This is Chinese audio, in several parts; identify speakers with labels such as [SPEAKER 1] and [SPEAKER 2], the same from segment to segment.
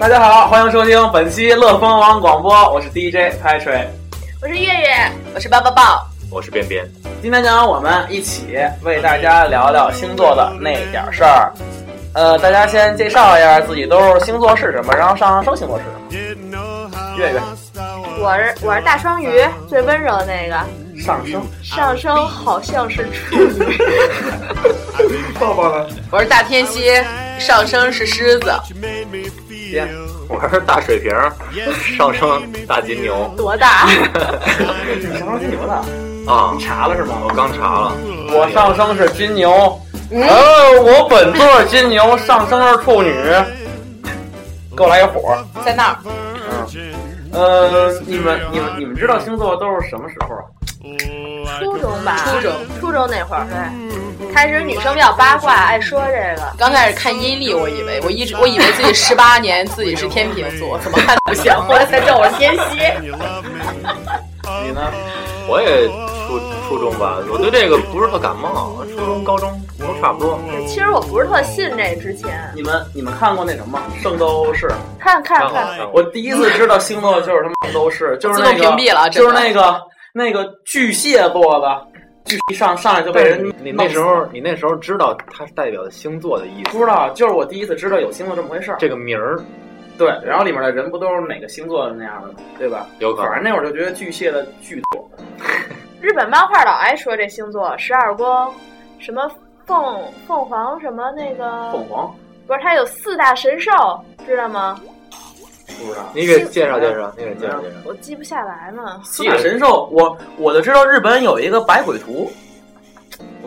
[SPEAKER 1] 大家好，欢迎收听本期乐蜂网广播，我是 DJ Patrick。
[SPEAKER 2] 我是月月，我是抱抱抱，
[SPEAKER 3] 我是边边，
[SPEAKER 1] 今天呢，让我们一起为大家聊聊星座的那点事儿。呃，大家先介绍一下自己都是星座是什么，然后上升星座是什么。月月
[SPEAKER 2] 我是我是大双鱼，最温柔的那个。
[SPEAKER 1] 上升，
[SPEAKER 4] 啊
[SPEAKER 2] 上升好像是处女，
[SPEAKER 1] 抱抱呢？
[SPEAKER 4] 我是大天蝎，上升是狮子，
[SPEAKER 1] 姐，
[SPEAKER 3] 我是大水瓶，上升大金牛
[SPEAKER 2] 多大？
[SPEAKER 1] 你上升金牛的？
[SPEAKER 3] 啊
[SPEAKER 1] 你！查了是吗
[SPEAKER 3] 我？刚查了，
[SPEAKER 1] 我上升是金牛，呃，我本座是金牛，上升是处女。给我来一火。
[SPEAKER 4] 在那儿。
[SPEAKER 1] 嗯，呃，你们你们你们知道星座都是什么时候啊？
[SPEAKER 2] 初中吧，
[SPEAKER 4] 初中，
[SPEAKER 2] 初中那会儿，对，开始女生比较八卦，爱说这个。
[SPEAKER 4] 刚开始看阴历，我以为我一直我以为自己十八年自己是天秤座，怎么看 都不像，后来才知道我是天蝎。
[SPEAKER 1] 你呢？
[SPEAKER 3] 我也初初中吧，我对这个不是特感冒，初中、高中都差不多。
[SPEAKER 2] 其实我不是特信这，之前
[SPEAKER 1] 你们你们看过那什么《圣斗士》？
[SPEAKER 2] 看看
[SPEAKER 3] 看
[SPEAKER 2] 看，
[SPEAKER 3] 看
[SPEAKER 1] 哦我第一次知道星座就是他妈圣斗士，就是那
[SPEAKER 4] 自动
[SPEAKER 1] 个
[SPEAKER 4] 屏蔽了真
[SPEAKER 1] 就
[SPEAKER 4] 的
[SPEAKER 1] 是那个那个巨蟹座的，巨一上上来就被人弄死
[SPEAKER 3] 你那时候你那时候知道它是代表的星座的意思，
[SPEAKER 1] 不知道，就是我第一次知道有星座这么回事儿。
[SPEAKER 3] 这个名儿
[SPEAKER 1] 对，然后里面的人不都是哪个星座的那样的，对吧？
[SPEAKER 3] 有可
[SPEAKER 1] 反正
[SPEAKER 3] 能。
[SPEAKER 1] 那会儿就觉得巨蟹的巨多，
[SPEAKER 2] 日本漫画老爱说这星座十二宫，什么凤凤凰什么那个
[SPEAKER 1] 凤，凰
[SPEAKER 2] 不是它有四大神兽，知道吗？
[SPEAKER 1] 不知道。
[SPEAKER 3] 你给介
[SPEAKER 1] 哎
[SPEAKER 3] 绍介绍，你给介绍介绍。
[SPEAKER 2] 我记不下来呢。
[SPEAKER 1] 四大神兽，我我就知道日本有一个百鬼图，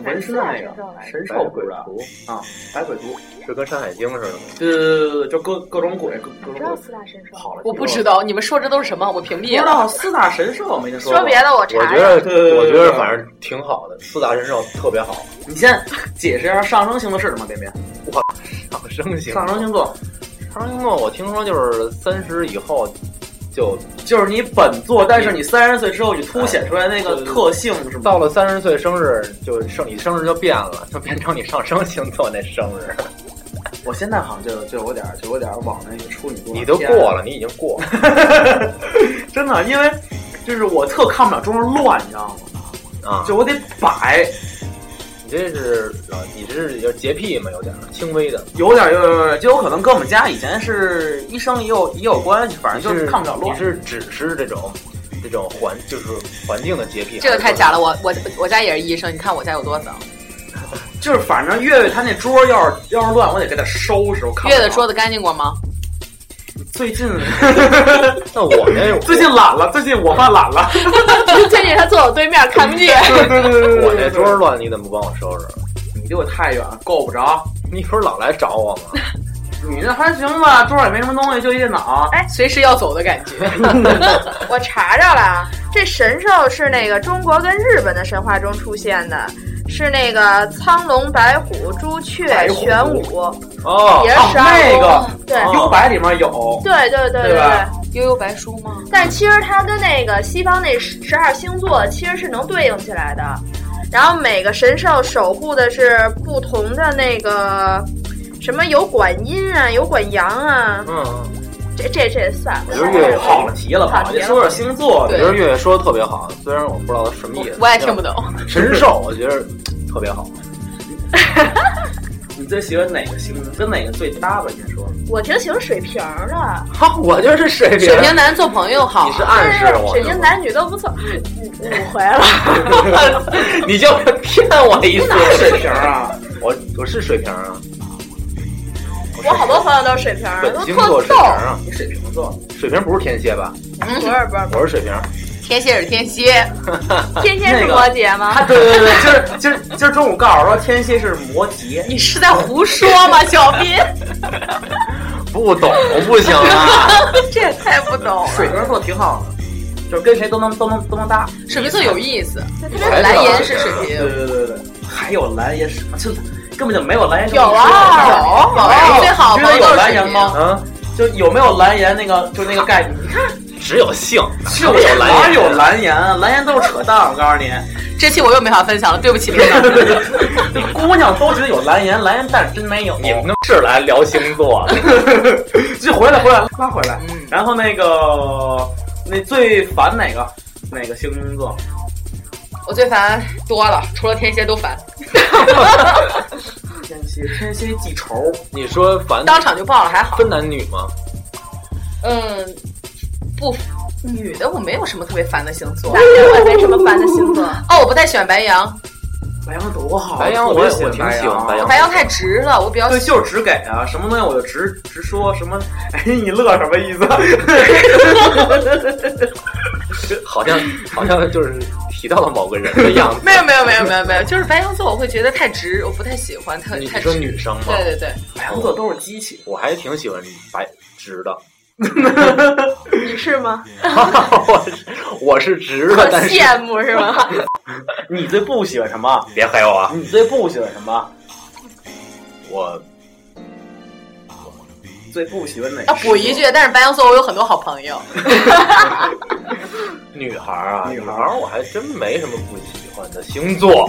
[SPEAKER 1] 纹身的那
[SPEAKER 2] 哎哪四大神兽
[SPEAKER 1] 个神
[SPEAKER 2] 来着
[SPEAKER 3] 白
[SPEAKER 1] 兽不
[SPEAKER 3] 鬼
[SPEAKER 1] 知道
[SPEAKER 3] 图
[SPEAKER 1] 啊，百鬼图，
[SPEAKER 3] 是跟《山海经》似的吗？
[SPEAKER 1] 对对对对对，就各各种鬼，各各
[SPEAKER 2] 我
[SPEAKER 1] 种
[SPEAKER 2] 知道
[SPEAKER 1] 鬼
[SPEAKER 2] 四大神兽，
[SPEAKER 1] 跑了。
[SPEAKER 4] 我不知，道你们说这都是什么，我屏
[SPEAKER 1] 不知
[SPEAKER 4] 蔽了。
[SPEAKER 1] 道四大神兽没听说过。
[SPEAKER 2] 说别的我
[SPEAKER 3] 我
[SPEAKER 2] 查
[SPEAKER 3] 觉
[SPEAKER 2] 一下。
[SPEAKER 3] 得
[SPEAKER 1] 对对对对
[SPEAKER 3] 我觉得反正挺好的，四大神兽特别好。
[SPEAKER 1] 你先解释一下上升星座是什么，边边？
[SPEAKER 3] 上升星
[SPEAKER 1] 上升星座
[SPEAKER 3] 上升星座，我听说就是三十以后就
[SPEAKER 1] 就是你本座，但是你三十岁之后你凸显出来那个特性是吗？
[SPEAKER 3] 哎到了三十岁生日，就生你生日就变了，就变成你上升星座那生日，
[SPEAKER 1] 我现在好像就就有点就有点往那个处女座，
[SPEAKER 3] 你都过，了，你已经过了。
[SPEAKER 1] 真的，因为就是我特看不了中间乱，你知道吗？
[SPEAKER 3] 啊，
[SPEAKER 1] 就我得摆，
[SPEAKER 3] 你这是老你这是有洁癖吗？有点儿轻微的，
[SPEAKER 1] 有点有点有点，就有可能跟我们家以前是医生也有也有关系，反
[SPEAKER 3] 你
[SPEAKER 1] 正就是是看不了
[SPEAKER 3] 你
[SPEAKER 1] 乱。
[SPEAKER 3] 是只是这种这种环就是环境的洁癖，
[SPEAKER 4] 这个太假了，我我我家也是医生，你看我家有多脏。
[SPEAKER 1] 就是反正月月他那桌要是要是乱，我得给他收拾。我看不
[SPEAKER 4] 月
[SPEAKER 1] 了
[SPEAKER 4] 的桌子干净过吗？
[SPEAKER 1] 最近
[SPEAKER 3] 还是。那我 那
[SPEAKER 1] 最近懒了，最近我犯懒了。
[SPEAKER 4] 最近他坐我对面看不 见。
[SPEAKER 1] 对对对对对对
[SPEAKER 3] 我那桌儿乱，你怎么不帮我收拾？啊
[SPEAKER 1] 你离我太远，够不着。
[SPEAKER 3] 你不是老来找我吗？
[SPEAKER 1] 你那还行吧，桌上也没什么东西，就一电脑。
[SPEAKER 4] 随时要走的感 觉，
[SPEAKER 2] 我查着了，啊，这神兽是那个中国跟日本的神话中出现的，是那个苍龙、白虎、朱雀
[SPEAKER 1] 白、虎
[SPEAKER 2] 玄武，
[SPEAKER 3] 哦
[SPEAKER 2] 也，是
[SPEAKER 1] 哦
[SPEAKER 2] 十二
[SPEAKER 1] 那
[SPEAKER 2] 宫。
[SPEAKER 1] 个
[SPEAKER 2] 对、
[SPEAKER 1] 优白里面有，
[SPEAKER 2] 对对对
[SPEAKER 1] 对吧
[SPEAKER 2] 对。
[SPEAKER 4] 悠悠白书吗？
[SPEAKER 2] 但其实它跟那个西方那十二星座其实是能对应起来的，然后每个神兽守护的是不同的那个。什么有管阴啊，有管阳啊，
[SPEAKER 3] 嗯，
[SPEAKER 2] 这这这算了。
[SPEAKER 3] 我觉得月
[SPEAKER 1] 跑了题了，
[SPEAKER 2] 跑
[SPEAKER 1] 跑
[SPEAKER 2] 题
[SPEAKER 1] 题
[SPEAKER 2] 了
[SPEAKER 1] 说说星座
[SPEAKER 3] 我
[SPEAKER 1] 的，
[SPEAKER 3] 觉得月月说的特别好，虽然我不知道他什么意思，
[SPEAKER 4] 我也听不懂。
[SPEAKER 3] 神兽，我觉得特别好。
[SPEAKER 1] 你最喜欢哪个星座？跟哪个最搭吧？先说。
[SPEAKER 2] 我挺喜欢水瓶儿的，
[SPEAKER 3] 哈， 我就是水瓶，
[SPEAKER 4] 水瓶男做朋友好
[SPEAKER 3] 你是
[SPEAKER 4] 啊，
[SPEAKER 3] 暗示我，
[SPEAKER 2] 水晶男女都不 错，嗯你误会了。
[SPEAKER 3] 你就骗我一次。
[SPEAKER 1] 水瓶啊，
[SPEAKER 3] 我我是水瓶啊，
[SPEAKER 2] 我好多朋友都是水瓶儿，
[SPEAKER 3] 本
[SPEAKER 2] 都
[SPEAKER 3] 星座
[SPEAKER 2] 特
[SPEAKER 3] 水瓶
[SPEAKER 2] 逗。
[SPEAKER 3] 啊，
[SPEAKER 1] 你水瓶座，
[SPEAKER 3] 水瓶不是天蝎吧？
[SPEAKER 2] 不是不是，
[SPEAKER 3] 我是水瓶，
[SPEAKER 4] 嗯天蝎是天蝎，
[SPEAKER 2] 天蝎是摩羯吗？
[SPEAKER 1] 对对 对，今儿今儿今儿中午告诉我说天蝎是摩羯，
[SPEAKER 4] 你是在胡说吗，小 斌？
[SPEAKER 3] 不懂不行啊。
[SPEAKER 4] 这也太不懂
[SPEAKER 1] 水瓶座挺好的，就是跟谁都能都能都能搭。
[SPEAKER 4] 水瓶座有意思，
[SPEAKER 3] 还
[SPEAKER 4] 蓝颜是水
[SPEAKER 1] 对
[SPEAKER 4] 瓶，
[SPEAKER 1] 对对对，还有蓝颜什么？就根本就没有蓝颜。
[SPEAKER 4] 有啊有有，最好
[SPEAKER 1] 知
[SPEAKER 4] 朋
[SPEAKER 1] 道
[SPEAKER 4] 友
[SPEAKER 1] 有
[SPEAKER 4] 都
[SPEAKER 1] 蓝
[SPEAKER 4] 是
[SPEAKER 1] 颜
[SPEAKER 4] 水
[SPEAKER 1] 吗
[SPEAKER 4] 瓶。？
[SPEAKER 3] 啊，
[SPEAKER 1] 就有没有蓝颜那个，就那个概念？你看，
[SPEAKER 3] 只有性，
[SPEAKER 1] 是
[SPEAKER 3] 有
[SPEAKER 1] 哪
[SPEAKER 3] 蓝颜
[SPEAKER 1] 有蓝颜啊？蓝颜都是扯淡，我告诉你，
[SPEAKER 4] 这期我又没法分享了，对不起领导。
[SPEAKER 1] 姑娘都觉得有蓝颜，蓝颜但是真没有。
[SPEAKER 3] 你们那是来聊星座的，
[SPEAKER 1] 就回来回来拉回来。然后那个那最烦哪个哪个星座？
[SPEAKER 4] 我最烦多了，除了天蝎都烦，
[SPEAKER 1] 天蝎天蝎记仇，
[SPEAKER 3] 你说烦
[SPEAKER 4] 当场就爆了，还好。
[SPEAKER 3] 分男女吗？
[SPEAKER 4] 嗯，不，女的我没有什么特别烦的星座
[SPEAKER 2] 男。的我没什么烦的星座，
[SPEAKER 4] 哦，我不太喜欢白羊，
[SPEAKER 1] 白羊多好，
[SPEAKER 3] 白羊
[SPEAKER 1] 我
[SPEAKER 3] 我也
[SPEAKER 1] 特别
[SPEAKER 3] 我挺喜欢白羊
[SPEAKER 4] 白羊太直了，我比较
[SPEAKER 1] 对，就是直给啊，什么东西我就直直说，什么， 哎，你乐什么意思？
[SPEAKER 3] 好 像好像就是提到了某个人的样子。
[SPEAKER 4] 没有没有没有没有没有，就是白羊座我会觉得太直，我不太喜欢太
[SPEAKER 3] 你
[SPEAKER 4] 太
[SPEAKER 3] 你
[SPEAKER 4] 直
[SPEAKER 3] 说。女生吗？哎
[SPEAKER 4] 对对 对，
[SPEAKER 1] 白羊座都是机器，
[SPEAKER 3] 我还挺喜欢白直的，
[SPEAKER 2] 你是吗？
[SPEAKER 3] 我是我是直的，但是
[SPEAKER 4] 羡慕是 吗？
[SPEAKER 1] 你最不喜欢什么？
[SPEAKER 3] 别黑我啊！
[SPEAKER 1] 你最不喜欢什么？
[SPEAKER 3] 我
[SPEAKER 1] 最啊不喜欢哪？
[SPEAKER 4] 要补一，句，但是白羊座我有很多好朋 友，
[SPEAKER 3] 女孩儿啊，
[SPEAKER 1] 女
[SPEAKER 3] 女
[SPEAKER 1] 孩
[SPEAKER 3] 孩
[SPEAKER 1] 儿
[SPEAKER 3] 儿我还真没什么不喜欢的 星座。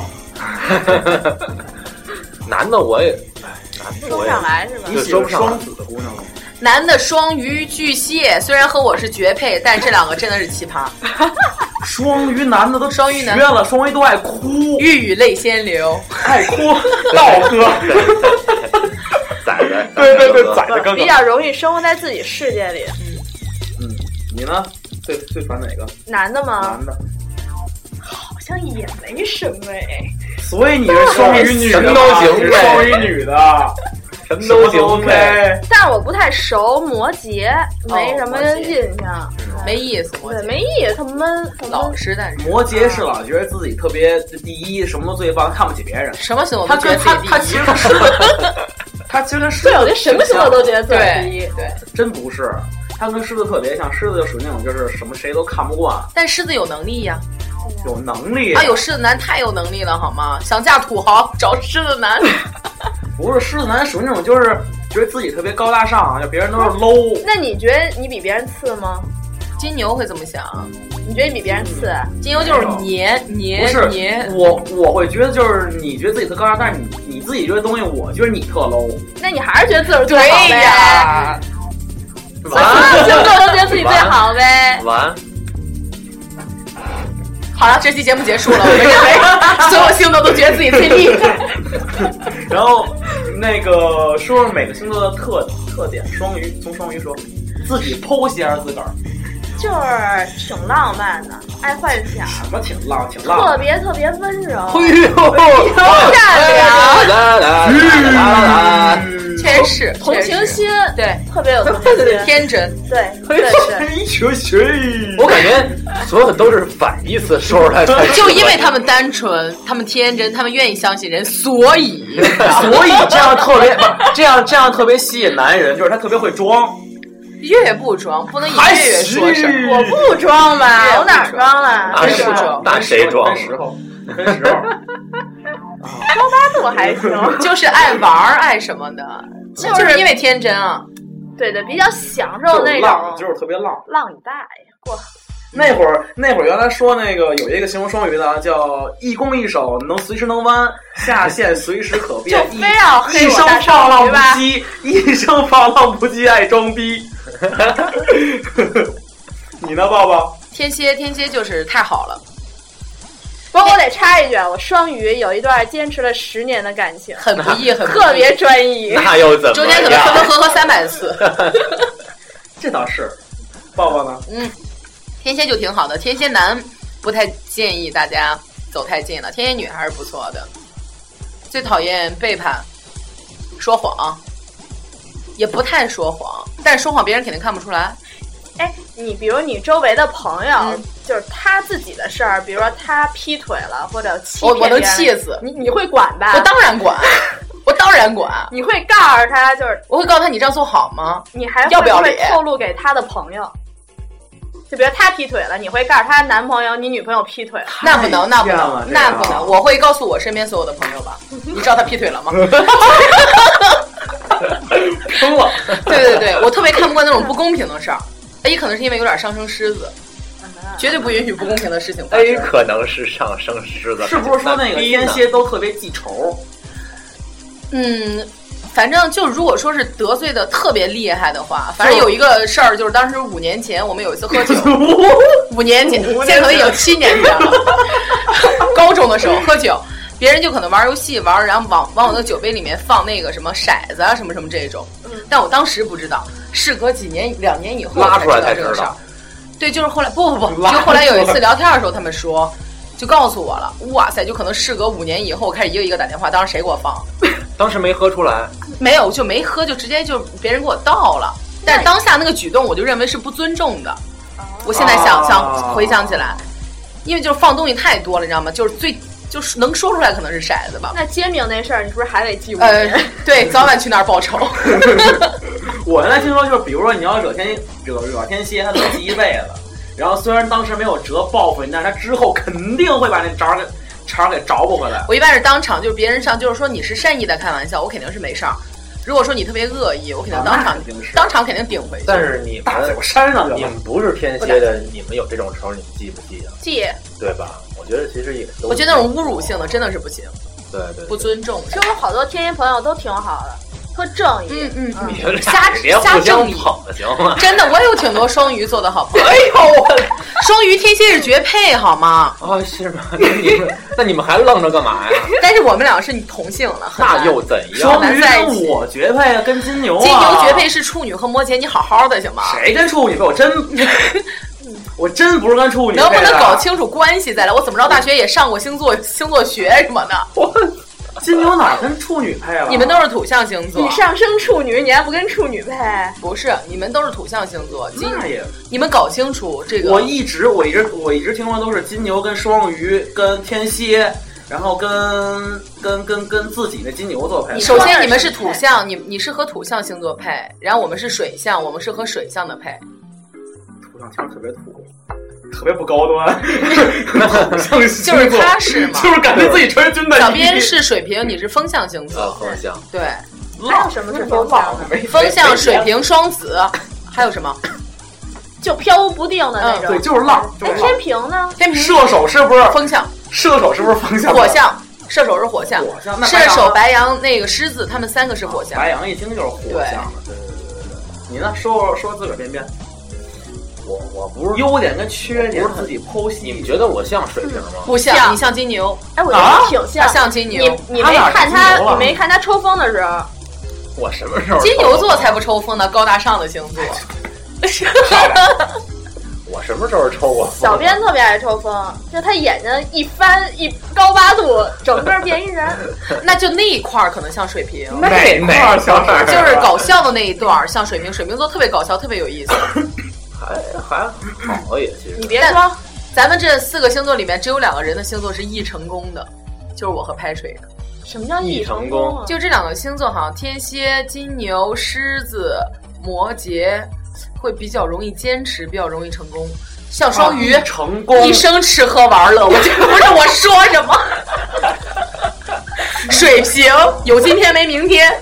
[SPEAKER 3] 男的我也，哎，男的
[SPEAKER 2] 说不
[SPEAKER 3] 我也
[SPEAKER 2] 上来是吧
[SPEAKER 1] 你？
[SPEAKER 3] 对
[SPEAKER 1] 喜
[SPEAKER 3] 说
[SPEAKER 1] 欢
[SPEAKER 3] 不上来
[SPEAKER 1] 双子的姑娘吗？
[SPEAKER 4] 男的双鱼、巨蟹，虽然和我是绝配，但这两个真的是奇葩，
[SPEAKER 1] 双鱼男的都
[SPEAKER 4] 双鱼男
[SPEAKER 1] 绝了，双鱼都爱哭，
[SPEAKER 4] 欲语泪先流。
[SPEAKER 1] 爱哭， 道哥，
[SPEAKER 3] 宰的，
[SPEAKER 1] 对对对，
[SPEAKER 3] 宰
[SPEAKER 1] 宰的哥哥
[SPEAKER 2] 比。较容易生活在自己世界里，
[SPEAKER 1] 嗯，你呢？最最烦哪个？
[SPEAKER 2] 男的
[SPEAKER 3] 嗯
[SPEAKER 2] 吗？
[SPEAKER 1] 男的。
[SPEAKER 2] 好像也没什么哎。
[SPEAKER 1] 所以你是双鱼女的吧，
[SPEAKER 3] 什么都行呗
[SPEAKER 1] 你是双鱼女的，
[SPEAKER 3] 什么都
[SPEAKER 1] 什么
[SPEAKER 3] 行呗。
[SPEAKER 1] 呗。
[SPEAKER 2] 但我不太熟摩羯，
[SPEAKER 3] 哦
[SPEAKER 2] 没什么
[SPEAKER 4] 摩羯
[SPEAKER 2] 印象，哎
[SPEAKER 4] 没意思，我
[SPEAKER 2] 对，没意思，特闷，特
[SPEAKER 4] 老
[SPEAKER 2] 闷。
[SPEAKER 4] 实但是
[SPEAKER 1] 摩羯是老觉得自己特别第一，什么都最棒，看不起别人。
[SPEAKER 4] 什么星座
[SPEAKER 1] 他
[SPEAKER 4] 都觉
[SPEAKER 1] 跟
[SPEAKER 4] 得自
[SPEAKER 1] 他
[SPEAKER 4] 己第一
[SPEAKER 1] 他其实跟狮子， 他其实跟狮
[SPEAKER 2] 对，
[SPEAKER 1] 子
[SPEAKER 2] 我觉得什么星座都觉得自己第一
[SPEAKER 4] 对。对，
[SPEAKER 1] 真不是，他跟狮子特别像，狮子就属于那种就是什么谁都看不惯，
[SPEAKER 4] 但狮子有能力呀、
[SPEAKER 1] 有能力。
[SPEAKER 4] 啊，有狮子男太有能力了好吗？想嫁土豪找狮子 男，
[SPEAKER 1] 不是狮子男属于那种就是觉得自己特别高大上，就别人都是 low。
[SPEAKER 2] 那你觉得你比别人次吗？
[SPEAKER 4] 金牛会这么想，
[SPEAKER 2] 你觉得你比别人次？
[SPEAKER 3] 嗯
[SPEAKER 4] 金牛就是黏
[SPEAKER 1] 不
[SPEAKER 4] 黏
[SPEAKER 1] 是
[SPEAKER 4] 黏，
[SPEAKER 1] 我，我会觉得就是你觉得自己特高大，但是你你自己觉得东西，我觉得你特 low。
[SPEAKER 2] 那你还是觉得自个儿最
[SPEAKER 4] 对
[SPEAKER 2] 好呗？
[SPEAKER 4] 呀，
[SPEAKER 2] 所有
[SPEAKER 3] 完
[SPEAKER 2] 星座都觉得自己最好 呗？
[SPEAKER 3] 完，
[SPEAKER 4] 好了，这期节目结束了，我们认为所有星座都觉得自己最厉害。
[SPEAKER 1] 然后那个说说每个星座的特特点，双鱼从双鱼说，自己剖析一下自个儿，
[SPEAKER 2] 就是挺浪漫的，爱幻想，
[SPEAKER 1] 什么挺浪挺浪
[SPEAKER 2] 特。别特别温柔，
[SPEAKER 1] 哎
[SPEAKER 4] 善良
[SPEAKER 3] 啦啦啦啦啦啦！
[SPEAKER 4] 确实，
[SPEAKER 2] 同情
[SPEAKER 4] 确实
[SPEAKER 2] 心
[SPEAKER 4] 对，
[SPEAKER 2] 特别有同情心，
[SPEAKER 4] 天真，
[SPEAKER 2] 对，对
[SPEAKER 1] 嘿，学学，
[SPEAKER 3] 我感觉所有都是反义词说出来才
[SPEAKER 4] 就因为他们单纯，他们天真，他们愿意相信人，所以
[SPEAKER 1] 所以这样特别不是这样这样特别吸引男人，就是他特别会装，
[SPEAKER 4] 越不装不能以越越说事儿。
[SPEAKER 2] 我不装吧，我哪儿装
[SPEAKER 3] 那
[SPEAKER 1] 啊
[SPEAKER 2] 了？
[SPEAKER 4] 哎是
[SPEAKER 2] 是吧
[SPEAKER 4] 不
[SPEAKER 3] 谁
[SPEAKER 4] 装
[SPEAKER 3] 那谁装
[SPEAKER 1] 跟？时候，跟时候，
[SPEAKER 2] 我还行，
[SPEAKER 4] 就是爱玩儿，爱什么的，
[SPEAKER 2] 就
[SPEAKER 4] 就是是因为天真啊。
[SPEAKER 2] 对对，比较享受
[SPEAKER 1] 就
[SPEAKER 2] 那
[SPEAKER 1] 是浪，就
[SPEAKER 2] 种
[SPEAKER 1] 是特别浪。
[SPEAKER 2] 浪你大爷，过
[SPEAKER 1] 那会儿那会儿原来说那个有一个形容双鱼的啊叫一攻一守，能随时能弯，下限随时可
[SPEAKER 2] 就
[SPEAKER 1] 变，一
[SPEAKER 2] 非要黑
[SPEAKER 1] 一
[SPEAKER 2] 我
[SPEAKER 1] 生
[SPEAKER 2] 大
[SPEAKER 1] 放
[SPEAKER 2] 少
[SPEAKER 1] 浪
[SPEAKER 2] 女
[SPEAKER 1] 不
[SPEAKER 2] 吧？
[SPEAKER 1] 羁，一生放浪不羁，爱装逼。 你呢，抱抱？
[SPEAKER 4] 天蝎，天蝎就是太好了，
[SPEAKER 2] 不过我得插一句，啊，我双鱼有一段坚持了十年的感情，
[SPEAKER 4] 很不易，很不易
[SPEAKER 2] 特别专 一。
[SPEAKER 3] 那又怎么样？
[SPEAKER 4] 中间可能分分合合三百次。
[SPEAKER 1] 这倒是。抱抱呢？
[SPEAKER 4] 嗯，天蝎就挺好的，天蝎男不太建议大家走太近了，天蝎女还是不错的。最讨厌背叛、说谎，也不太说谎，但是说谎别人肯定看不出来。
[SPEAKER 2] 哎，你比如你周围的朋友，
[SPEAKER 4] 嗯
[SPEAKER 2] 就是他自己的事儿，比如说他劈腿了或者欺
[SPEAKER 4] 我
[SPEAKER 2] 骗
[SPEAKER 4] 我能
[SPEAKER 2] 别人
[SPEAKER 4] 气死，
[SPEAKER 2] 你，你会管吧？
[SPEAKER 1] 啊
[SPEAKER 4] 我当 然管，我当然管，
[SPEAKER 2] 你会告诉他，就是
[SPEAKER 4] 我会告诉他你这样做好吗？
[SPEAKER 2] 你还
[SPEAKER 4] 要不要
[SPEAKER 2] 会
[SPEAKER 4] 脸
[SPEAKER 2] 透露给他的朋友？就比如他劈腿了，你会告诉他男朋友、你女朋友劈腿了，
[SPEAKER 4] 那不能，那不
[SPEAKER 1] 太贱了
[SPEAKER 4] 能，
[SPEAKER 1] 这啊样
[SPEAKER 4] 那不能！我会告诉我身边所有的朋友 吧。你知道他劈腿了吗？
[SPEAKER 1] 疯了！
[SPEAKER 4] 哎对对对，我特别看不惯那种不公平的事儿。也可能是因为有点上升狮子，
[SPEAKER 2] 嗯
[SPEAKER 4] 绝对不允许不公平的事情
[SPEAKER 1] 哎
[SPEAKER 4] 发
[SPEAKER 3] A
[SPEAKER 4] 生。
[SPEAKER 3] 可能是上升狮子，
[SPEAKER 1] 是不是说那个
[SPEAKER 3] B 呢
[SPEAKER 1] 天蝎都特别记仇？
[SPEAKER 4] 嗯，反正就如果说是得罪的特别厉害的话，反正有一个事儿，就是当时五年前我们有一次喝酒， 五年前，现在可能已经七年前了。高中的时候喝酒，别人就可能玩游戏玩，然后往往我的酒杯里面放那个什么骰子啊，什么什么这种。但我当时不知道，事隔几年两年以后
[SPEAKER 3] 拉出来
[SPEAKER 4] 才
[SPEAKER 3] 才
[SPEAKER 4] 知
[SPEAKER 3] 知
[SPEAKER 4] 道这个事儿
[SPEAKER 3] 道。
[SPEAKER 4] 对，就是后来不不 不，
[SPEAKER 1] 拉
[SPEAKER 4] 就后来有一
[SPEAKER 1] 出
[SPEAKER 4] 次
[SPEAKER 1] 来
[SPEAKER 4] 聊天的时候，他们说。就告诉我了，哇塞！就可能事隔五年以后，开始一个一个打电话。当时谁给我放？
[SPEAKER 3] 当时没喝出来，
[SPEAKER 4] 没有，就没喝，就直接就别人给我倒了。但当下那个举动，我就认为是不尊重的。我现在想
[SPEAKER 1] 哦
[SPEAKER 4] 想回想起来，因为就是放东西太多了，你知道吗？就是最就是能说出来可能是骰子吧。
[SPEAKER 2] 那煎饼那事儿，你是不是还得记五
[SPEAKER 4] 呃
[SPEAKER 2] 年？，
[SPEAKER 4] 对，早晚去那儿报仇。
[SPEAKER 1] 我原来听说就是，比如说你要惹天惹惹天蝎，他能记一辈子。然后虽然当时没有辙报复你，但是他之后肯定会把那招儿给茬儿给着不回来。
[SPEAKER 4] 我一般是当场，就是别人上，就是说你是善意的开玩笑，我肯定是没事儿。如果说你特别恶意，我肯定
[SPEAKER 1] 啊
[SPEAKER 4] 当场、
[SPEAKER 1] 那肯定是
[SPEAKER 4] 当场肯定顶回去。
[SPEAKER 5] 但是你
[SPEAKER 1] 大嘴
[SPEAKER 5] 们
[SPEAKER 1] 巴扇上
[SPEAKER 5] 你
[SPEAKER 3] 哎
[SPEAKER 1] 去了。
[SPEAKER 5] 们不是天蝎的，你们有这种仇，你们记不记啊？
[SPEAKER 2] 记。
[SPEAKER 5] 对吧？我觉得其实也都，
[SPEAKER 4] 我觉得那种侮辱性的真的是不行，
[SPEAKER 5] 对对
[SPEAKER 4] 不
[SPEAKER 5] 对，
[SPEAKER 4] 尊重。
[SPEAKER 2] 其实我好多天蝎朋友都挺好的，特正义。
[SPEAKER 4] 嗯嗯嗯，
[SPEAKER 3] 你们
[SPEAKER 4] 瞎
[SPEAKER 3] 俩别
[SPEAKER 4] 瞎
[SPEAKER 3] 互相
[SPEAKER 4] 正义
[SPEAKER 3] 捧行 吗？
[SPEAKER 4] 真的，我有挺多双鱼座的好朋友。哎呦，双鱼天蝎是绝配，好吗？
[SPEAKER 3] 啊，
[SPEAKER 5] 哦
[SPEAKER 3] 是吗？那你们那你们还愣着干嘛 呀？
[SPEAKER 4] 但是我们俩是同性了，很难
[SPEAKER 3] 那又怎样？
[SPEAKER 1] 双鱼跟我绝配啊，跟金牛啊，
[SPEAKER 4] 金牛绝配是处女和摩羯，你好好的行吗？
[SPEAKER 1] 谁跟处女配？我真，我真不是跟处女配啊
[SPEAKER 4] 能
[SPEAKER 1] 的。
[SPEAKER 4] 不能搞清楚关系再来？我怎么着大学也上过星座 星座学什么的？
[SPEAKER 1] 啊金牛哪儿跟处女配啊了？
[SPEAKER 4] 你们都是土象星座
[SPEAKER 1] 啊
[SPEAKER 2] 你，上升处女，你还不跟处女配？
[SPEAKER 4] 不是你们都是土象星座，金
[SPEAKER 1] 那也，
[SPEAKER 4] 你们搞清楚这
[SPEAKER 1] 我
[SPEAKER 4] 个。
[SPEAKER 1] 一直我一直我一直听说都是金牛跟双鱼跟天蝎，然后跟跟跟跟自己的金牛座配。
[SPEAKER 4] 首先，你们是土象，你你是和土象星座配，然后我们是水象，我们是和水象的配。
[SPEAKER 1] 土象听着特别土，特别不高端， 就是
[SPEAKER 4] 就是他是嘛
[SPEAKER 1] 就是感觉自己穿军的衣。
[SPEAKER 4] 小编是水瓶，你是风象星
[SPEAKER 5] 啊
[SPEAKER 4] 座，，
[SPEAKER 5] 风向
[SPEAKER 4] 对，
[SPEAKER 2] 还有什么是风象的？
[SPEAKER 4] 风
[SPEAKER 1] 哎
[SPEAKER 4] 象、水瓶、双子，还有 什么？
[SPEAKER 2] 就飘忽不定的那
[SPEAKER 1] 嗯对，
[SPEAKER 2] 种。
[SPEAKER 1] 就是浪，就
[SPEAKER 2] 那
[SPEAKER 1] 是浪。
[SPEAKER 2] 天平呢？
[SPEAKER 4] 天平、
[SPEAKER 1] 射手是不是
[SPEAKER 4] 风象、
[SPEAKER 1] 射手是不是风象？
[SPEAKER 4] 火象，射手是火象，
[SPEAKER 1] 火象那
[SPEAKER 4] 射
[SPEAKER 1] 白羊
[SPEAKER 4] 手、
[SPEAKER 1] 呢
[SPEAKER 4] 白羊、那个狮子，他们三个是火象。
[SPEAKER 1] 白羊一听就是火象的。对对对对对。你呢？说说自个儿边边，
[SPEAKER 5] 我我不是，
[SPEAKER 1] 优点跟缺点
[SPEAKER 5] 我不是
[SPEAKER 1] 自
[SPEAKER 5] 很
[SPEAKER 1] 己剖析。
[SPEAKER 5] 你们觉得我像水瓶吗？
[SPEAKER 4] 不像
[SPEAKER 2] 像
[SPEAKER 4] 你像金牛，
[SPEAKER 2] 哎，我觉
[SPEAKER 1] 啊
[SPEAKER 2] 得挺
[SPEAKER 4] 他
[SPEAKER 2] 像。
[SPEAKER 4] 像金
[SPEAKER 2] 你
[SPEAKER 4] 牛，
[SPEAKER 2] 你
[SPEAKER 1] 他
[SPEAKER 2] 没
[SPEAKER 1] 哪儿
[SPEAKER 2] 看
[SPEAKER 1] 金
[SPEAKER 2] 他，
[SPEAKER 1] 牛啊了
[SPEAKER 2] 你没看他抽风的时候，
[SPEAKER 5] 我什么时候
[SPEAKER 4] 金牛座才不抽风呢，高大上的星
[SPEAKER 1] 哎
[SPEAKER 4] 座。
[SPEAKER 5] 我什么时候抽过风？啊
[SPEAKER 2] 小编特别爱抽风，就他眼睛一翻一高八度，整个变一人。
[SPEAKER 4] 那就那一块儿可能像水瓶，
[SPEAKER 1] 哪哪块儿像水瓶
[SPEAKER 4] 就是搞笑的那一段儿像水瓶，水瓶座特别搞笑，特别有意思。
[SPEAKER 5] 还还好也其实
[SPEAKER 2] 你别
[SPEAKER 4] 但
[SPEAKER 2] 说，
[SPEAKER 4] 咱们这四个星座里面，只有两个人的星座是易成功的，就是我和拍水。
[SPEAKER 2] 什么叫
[SPEAKER 5] 一
[SPEAKER 2] 成
[SPEAKER 5] 成
[SPEAKER 2] 功啊？
[SPEAKER 4] 就这两个星座，好像天蝎、金牛、狮子、摩羯会比较容易坚持，比较容易成功。像双鱼，
[SPEAKER 1] 啊成功，
[SPEAKER 4] 一生吃喝玩乐，我就 不是我说什么。水瓶有今天没明天，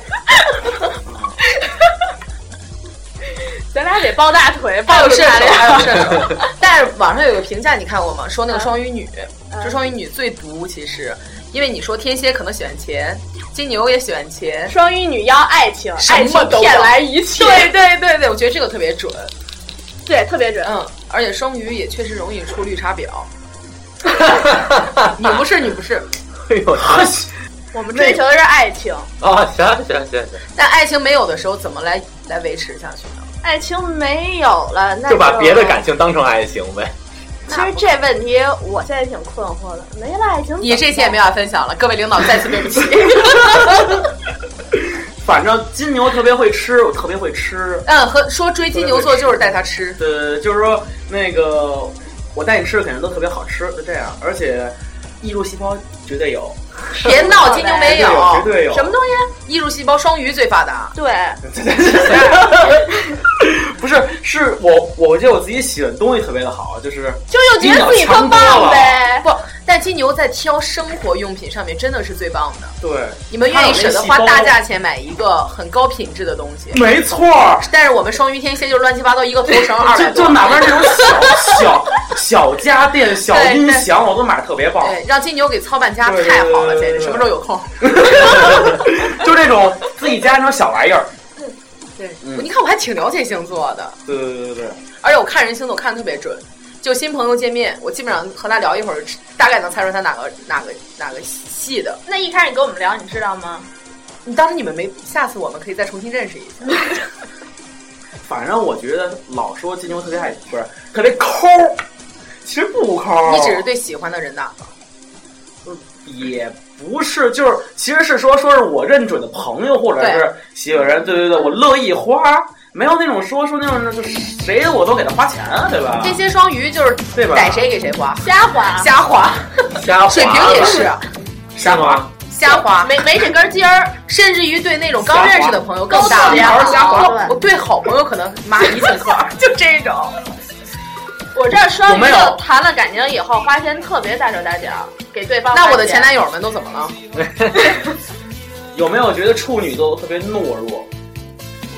[SPEAKER 2] 咱俩得抱大腿，
[SPEAKER 4] 还
[SPEAKER 2] 抱
[SPEAKER 4] 有
[SPEAKER 2] 着
[SPEAKER 4] 射
[SPEAKER 2] 他
[SPEAKER 4] 手，
[SPEAKER 2] 俩。
[SPEAKER 4] 还有射手。 但是网上有个评价，你看过吗？说那个
[SPEAKER 2] 啊
[SPEAKER 4] 双鱼女，
[SPEAKER 2] 啊
[SPEAKER 4] 说双鱼女最毒，其实，因为你说天蝎可能喜欢钱，金牛也喜欢钱，
[SPEAKER 2] 双鱼女要爱情，
[SPEAKER 4] 什
[SPEAKER 2] 爱
[SPEAKER 4] 么
[SPEAKER 2] 情
[SPEAKER 4] 都
[SPEAKER 2] 骗
[SPEAKER 4] 要
[SPEAKER 2] 来一切，
[SPEAKER 4] 对对对对，我觉得这个特别准。
[SPEAKER 2] 对，特别准。
[SPEAKER 4] 嗯，而且双鱼也确实容易出绿茶婊。 你不是你不是，
[SPEAKER 5] 哎呦
[SPEAKER 1] 呵西
[SPEAKER 2] 我们追求的是爱情，
[SPEAKER 5] 啊！行行行行，
[SPEAKER 4] 但爱情没有的时候，怎么来来维持下去呢？
[SPEAKER 2] 爱情没有了，那
[SPEAKER 5] 就把别的感情当成爱情呗。
[SPEAKER 2] 其实这问题我现在挺困惑的，没了爱情，
[SPEAKER 4] 你这期也没法分享了，各位领导再次对 不起。
[SPEAKER 1] 反正金牛特别会吃，我特别会吃。
[SPEAKER 4] 嗯，和说追金牛座就是带 他吃，
[SPEAKER 1] 呃，就是说那个我带你吃，肯定都特别好吃，就这样。而且艺术细胞绝对有，
[SPEAKER 4] 别闹，金牛没
[SPEAKER 1] 绝对有，
[SPEAKER 2] 什么东西？
[SPEAKER 4] 艺术细胞双鱼最发达。
[SPEAKER 2] 对，
[SPEAKER 1] 不是，是我我觉得我自己喜欢东西特别的好，就是
[SPEAKER 2] 就又觉得自己特棒呗。
[SPEAKER 4] 不，但金牛在挑生活用品上面真的是最棒的。
[SPEAKER 1] 对，
[SPEAKER 4] 你们愿意舍得花大价钱买一个很高品质的东西，
[SPEAKER 1] 没错。
[SPEAKER 4] 但是我们双鱼天蝎就是乱七八糟，一个头绳二
[SPEAKER 1] 就
[SPEAKER 4] 百多，
[SPEAKER 1] 就哪怕这种小 小小家电、小音响，我都买的特别棒。
[SPEAKER 4] 对，让金牛给操办家
[SPEAKER 1] 对对
[SPEAKER 4] 太好了，
[SPEAKER 1] 对对
[SPEAKER 4] 简直
[SPEAKER 1] 对
[SPEAKER 4] 什么时候有空？
[SPEAKER 1] 就这种自己家那种小玩意儿。
[SPEAKER 4] 对，
[SPEAKER 1] 嗯
[SPEAKER 4] 你看我还挺了解星座的，
[SPEAKER 1] 对对对对对，
[SPEAKER 4] 而且我看人星座看的特别准。就新朋友见面，我基本上和他聊一会儿，大概能猜出他哪个哪个哪个系的。
[SPEAKER 2] 那一开始你跟我们聊，你知道吗？
[SPEAKER 4] 你当时你们没，下次我们可以再重新认识一下。
[SPEAKER 1] 反正我觉得老说金牛特别爱不是特别抠，其实不抠。
[SPEAKER 4] 你只是对喜欢的人大方，
[SPEAKER 1] 也不是，就是其实是说说是我认准的朋友或者是喜欢人，对对对，我乐意花，没有那种说说那种就是谁我都给他花钱啊，对吧？
[SPEAKER 4] 这些双鱼就是
[SPEAKER 1] 对吧
[SPEAKER 4] 逮谁给谁花，
[SPEAKER 2] 瞎花，
[SPEAKER 4] 瞎花，
[SPEAKER 1] 瞎花
[SPEAKER 4] 水瓶也是啊
[SPEAKER 1] 瞎花，
[SPEAKER 4] 瞎花，
[SPEAKER 2] 没没这根筋儿，
[SPEAKER 4] 甚至于对那种刚认识的朋友更
[SPEAKER 2] 瞎
[SPEAKER 4] 大
[SPEAKER 2] 花高
[SPEAKER 4] 方
[SPEAKER 2] 度，良好
[SPEAKER 4] 我我对好朋友可能妈一请客，就这种。
[SPEAKER 2] 我这双
[SPEAKER 1] 有
[SPEAKER 2] 鱼
[SPEAKER 1] 没有
[SPEAKER 2] 就谈了感情以后，花钱特别大手大脚，给对方花钱。
[SPEAKER 4] 那我的前男友们都怎么了？
[SPEAKER 1] 有没有觉得处女座特别懦弱？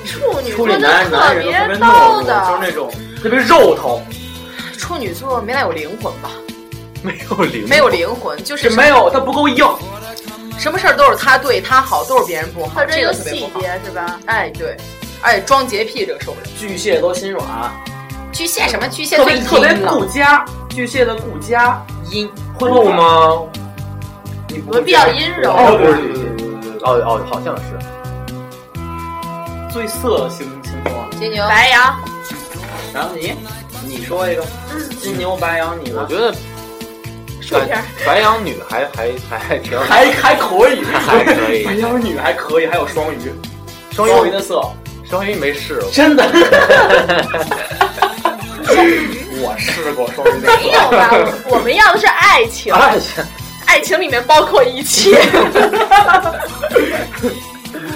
[SPEAKER 2] 处女
[SPEAKER 1] 处女
[SPEAKER 2] 座就
[SPEAKER 1] 男
[SPEAKER 2] 特
[SPEAKER 1] 男人都
[SPEAKER 2] 别
[SPEAKER 1] 特别懦
[SPEAKER 2] 逗
[SPEAKER 1] 弱，就是
[SPEAKER 2] 的，
[SPEAKER 1] 那种特别肉头，
[SPEAKER 4] 处女座没大有灵魂吧？
[SPEAKER 3] 没有灵，
[SPEAKER 4] 没有灵魂，就是
[SPEAKER 1] 是没有他不够硬。
[SPEAKER 4] 什么事儿都是他对他好，都是别人不好
[SPEAKER 2] 特，
[SPEAKER 4] 这
[SPEAKER 2] 追
[SPEAKER 4] 个
[SPEAKER 2] 求
[SPEAKER 4] 特别
[SPEAKER 2] 细
[SPEAKER 4] 不好。
[SPEAKER 2] 节是吧？
[SPEAKER 4] 哎，对，哎，装洁癖这个受不了。
[SPEAKER 1] 巨蟹都心软，
[SPEAKER 4] 巨蟹什么巨蟹
[SPEAKER 1] 特
[SPEAKER 4] 最
[SPEAKER 1] 别特别
[SPEAKER 4] 阴
[SPEAKER 1] 顾
[SPEAKER 4] 了，
[SPEAKER 1] 家，巨蟹的顾家
[SPEAKER 4] 阴
[SPEAKER 1] 会
[SPEAKER 3] 不吗？
[SPEAKER 1] 你不
[SPEAKER 2] 我比较阴柔
[SPEAKER 1] 哦，不
[SPEAKER 3] 不
[SPEAKER 1] 是
[SPEAKER 3] 是
[SPEAKER 1] 巨蟹，
[SPEAKER 3] 哦哦，好像是。
[SPEAKER 1] 最色星星座。
[SPEAKER 4] 金牛
[SPEAKER 2] 白羊，
[SPEAKER 1] 然后你，你说一个，金牛白羊，你
[SPEAKER 3] 我
[SPEAKER 1] 呢？
[SPEAKER 3] 觉得
[SPEAKER 2] 竖
[SPEAKER 3] 白
[SPEAKER 2] 片儿，
[SPEAKER 3] 白羊女还还还还挺
[SPEAKER 1] 还还可以，
[SPEAKER 3] 还可以
[SPEAKER 1] 白羊女还可以，还有双鱼，
[SPEAKER 3] 双
[SPEAKER 1] 双鱼
[SPEAKER 3] 鱼
[SPEAKER 1] 的色
[SPEAKER 3] 双鱼没试过，
[SPEAKER 1] 真的。我试过双鱼的
[SPEAKER 2] 没有
[SPEAKER 1] 色，
[SPEAKER 2] 吧？我们要的是爱情，
[SPEAKER 3] 哎呀，
[SPEAKER 2] 爱情里面包括一切。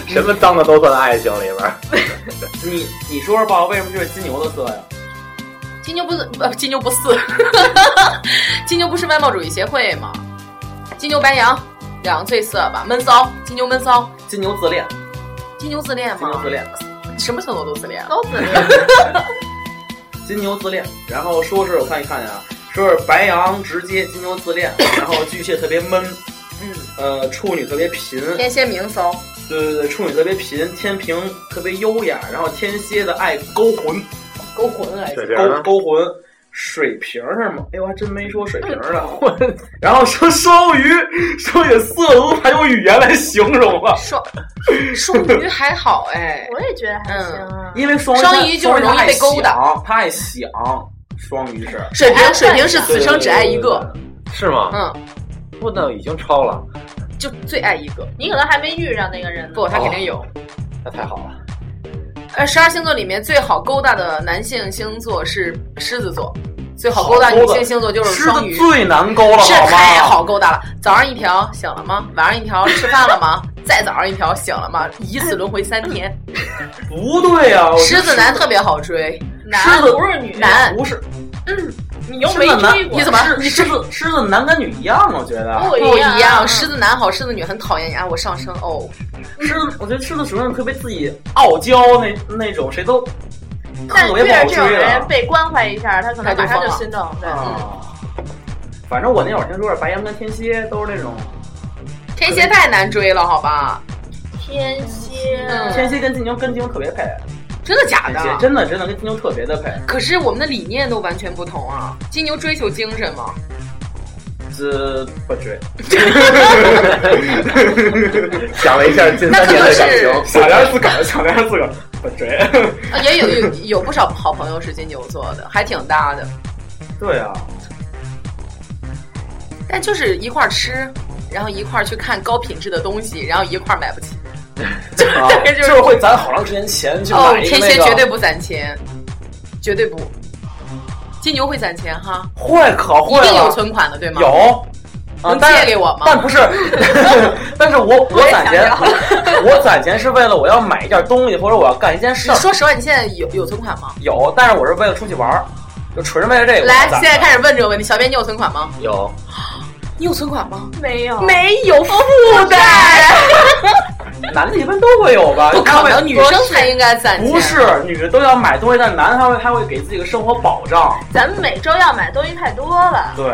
[SPEAKER 3] 什么脏的都算爱情里边儿。
[SPEAKER 1] 你你说说吧，为什么就是金牛的色呀？
[SPEAKER 4] 金牛不是呃金牛不是， 金牛不是外貌主义协会吗？金牛白羊，两个最色吧，闷骚，金牛闷骚，
[SPEAKER 1] 金牛自恋，
[SPEAKER 4] 金牛自恋
[SPEAKER 1] 金牛
[SPEAKER 4] 吗
[SPEAKER 1] 自？恋，
[SPEAKER 4] 什么星座都自恋，啊
[SPEAKER 2] 都自恋，
[SPEAKER 1] 金牛自恋。然后说是我看一看啊，说是白羊直接金牛自恋，然后巨蟹特别闷，
[SPEAKER 4] 嗯，
[SPEAKER 1] 呃，处女特别贫，
[SPEAKER 4] 天蝎明骚，
[SPEAKER 1] 对对对，处女特别贫，天平特别优雅，然后天蝎的爱勾魂，
[SPEAKER 4] 勾魂来
[SPEAKER 3] 水。
[SPEAKER 4] 着
[SPEAKER 3] 瓶
[SPEAKER 1] 勾
[SPEAKER 3] 呢？
[SPEAKER 1] 勾魂，水瓶是吗？哎呦，还真没说水瓶呢。
[SPEAKER 4] 嗯
[SPEAKER 1] 然后说双鱼，双鱼色都还用语言来形容
[SPEAKER 3] 啊
[SPEAKER 1] 了，
[SPEAKER 4] 双双鱼还好哎，
[SPEAKER 2] 我也觉得还行啊。
[SPEAKER 1] 因为双
[SPEAKER 4] 鱼双鱼就是容易被勾
[SPEAKER 1] 的，他爱想，双鱼是
[SPEAKER 4] 水瓶水瓶是此生只爱一个，，
[SPEAKER 3] 是吗？
[SPEAKER 4] 嗯，
[SPEAKER 3] 不能已经超了，
[SPEAKER 4] 就最爱一个，
[SPEAKER 2] 你可能还没遇上那个人呢。
[SPEAKER 4] 不他肯定有。
[SPEAKER 3] 那太好了。
[SPEAKER 4] 呃，十二星座里面最好勾搭的男性星座是狮子座，最好
[SPEAKER 1] 好
[SPEAKER 4] 勾搭女
[SPEAKER 1] 勾搭
[SPEAKER 4] 性星座就是
[SPEAKER 1] 狮子
[SPEAKER 4] 双鱼。
[SPEAKER 1] 最难勾了，
[SPEAKER 4] 是
[SPEAKER 1] 好
[SPEAKER 4] 太
[SPEAKER 1] 吗？
[SPEAKER 4] 好勾搭了。早上一条醒了吗？晚上一 条吃饭了吗？再早上一条醒了吗？以此轮回三 天。
[SPEAKER 1] 不对呀，我觉
[SPEAKER 4] 狮
[SPEAKER 1] 得
[SPEAKER 4] 子男特别好追，
[SPEAKER 2] 男不是女，
[SPEAKER 4] 男
[SPEAKER 1] 不是，
[SPEAKER 2] 你又没
[SPEAKER 1] 狮子男
[SPEAKER 2] 追过，
[SPEAKER 4] 你怎么
[SPEAKER 1] 狮
[SPEAKER 4] 你
[SPEAKER 1] 狮
[SPEAKER 4] 这
[SPEAKER 1] 子狮子男跟女一样，我觉得啊
[SPEAKER 2] 不
[SPEAKER 4] 不
[SPEAKER 2] 一
[SPEAKER 4] 一样？
[SPEAKER 2] 样？
[SPEAKER 4] 狮子男好，狮子女很讨厌呀。我上升哦，
[SPEAKER 1] 狮子，我觉得狮子属于那种特别自己傲娇那那种，谁都
[SPEAKER 2] 但
[SPEAKER 1] 特别
[SPEAKER 2] 越
[SPEAKER 1] 不
[SPEAKER 4] 啊
[SPEAKER 1] 好
[SPEAKER 2] 是这种
[SPEAKER 1] 追
[SPEAKER 2] 人
[SPEAKER 1] 的。
[SPEAKER 2] 被关怀一下，他可能马上就心动。对，
[SPEAKER 1] 啊，反正我那会儿听说是白羊跟天蝎都是那种，
[SPEAKER 4] 天蝎太难追了，好吧？
[SPEAKER 2] 天蝎，
[SPEAKER 4] 嗯
[SPEAKER 1] 天蝎跟金牛跟金牛特别配，
[SPEAKER 4] 真的假
[SPEAKER 1] 天蝎
[SPEAKER 4] 的？
[SPEAKER 1] 真的真的跟金牛特别的配。
[SPEAKER 4] 可是我们的理念都完全不同啊！金牛追求精神嘛，
[SPEAKER 1] 这不追，
[SPEAKER 3] 想了一下近
[SPEAKER 4] 那
[SPEAKER 3] 三
[SPEAKER 4] 可
[SPEAKER 3] 年
[SPEAKER 4] 能
[SPEAKER 3] 的感
[SPEAKER 4] 是
[SPEAKER 3] 情，
[SPEAKER 1] 想聊自个儿，想聊自个儿，不追。
[SPEAKER 4] 啊也有 有有不少好朋友是金牛座的，还挺搭的。
[SPEAKER 1] 对啊，
[SPEAKER 4] 但就是一块儿吃，然后一块儿去看高品质的东西，然后一块儿买不起。
[SPEAKER 1] 啊
[SPEAKER 4] 对就
[SPEAKER 1] 就是是会攒好长时间钱去
[SPEAKER 4] 哦
[SPEAKER 1] 买，一个
[SPEAKER 4] 天
[SPEAKER 1] 那
[SPEAKER 4] 蝎
[SPEAKER 1] 个，
[SPEAKER 4] 绝对不攒钱，绝对不。金牛会攒钱哈，
[SPEAKER 1] 会可
[SPEAKER 4] 一
[SPEAKER 1] 会
[SPEAKER 4] 定有
[SPEAKER 1] 了，
[SPEAKER 4] 存款的，对吗？
[SPEAKER 1] 有。啊
[SPEAKER 4] 能，
[SPEAKER 1] 但
[SPEAKER 4] 借
[SPEAKER 1] 是
[SPEAKER 4] 给我吗？
[SPEAKER 1] 但不 是，但是我我攒钱，我攒钱是为了我要买一件东西，或者我要干一件事
[SPEAKER 4] 你
[SPEAKER 1] 儿。
[SPEAKER 4] 说实话，你现在有有存款吗？
[SPEAKER 1] 有，但是我是为了出去玩儿，就纯是为了这个。
[SPEAKER 4] 来
[SPEAKER 1] 我攒，
[SPEAKER 4] 现在开始问这个问题，小编你有存款吗？
[SPEAKER 3] 有
[SPEAKER 4] 你有存款吗？
[SPEAKER 2] 没有，没有负担。
[SPEAKER 1] 男的一般都会有吧？
[SPEAKER 4] 不可
[SPEAKER 1] 他
[SPEAKER 4] 能，
[SPEAKER 1] 会
[SPEAKER 4] 女生才应该攒钱。
[SPEAKER 1] 不是女的都要买东西，但男的他会他会给自己个生活保障。
[SPEAKER 2] 咱们每周要买东西太多了，
[SPEAKER 1] 对，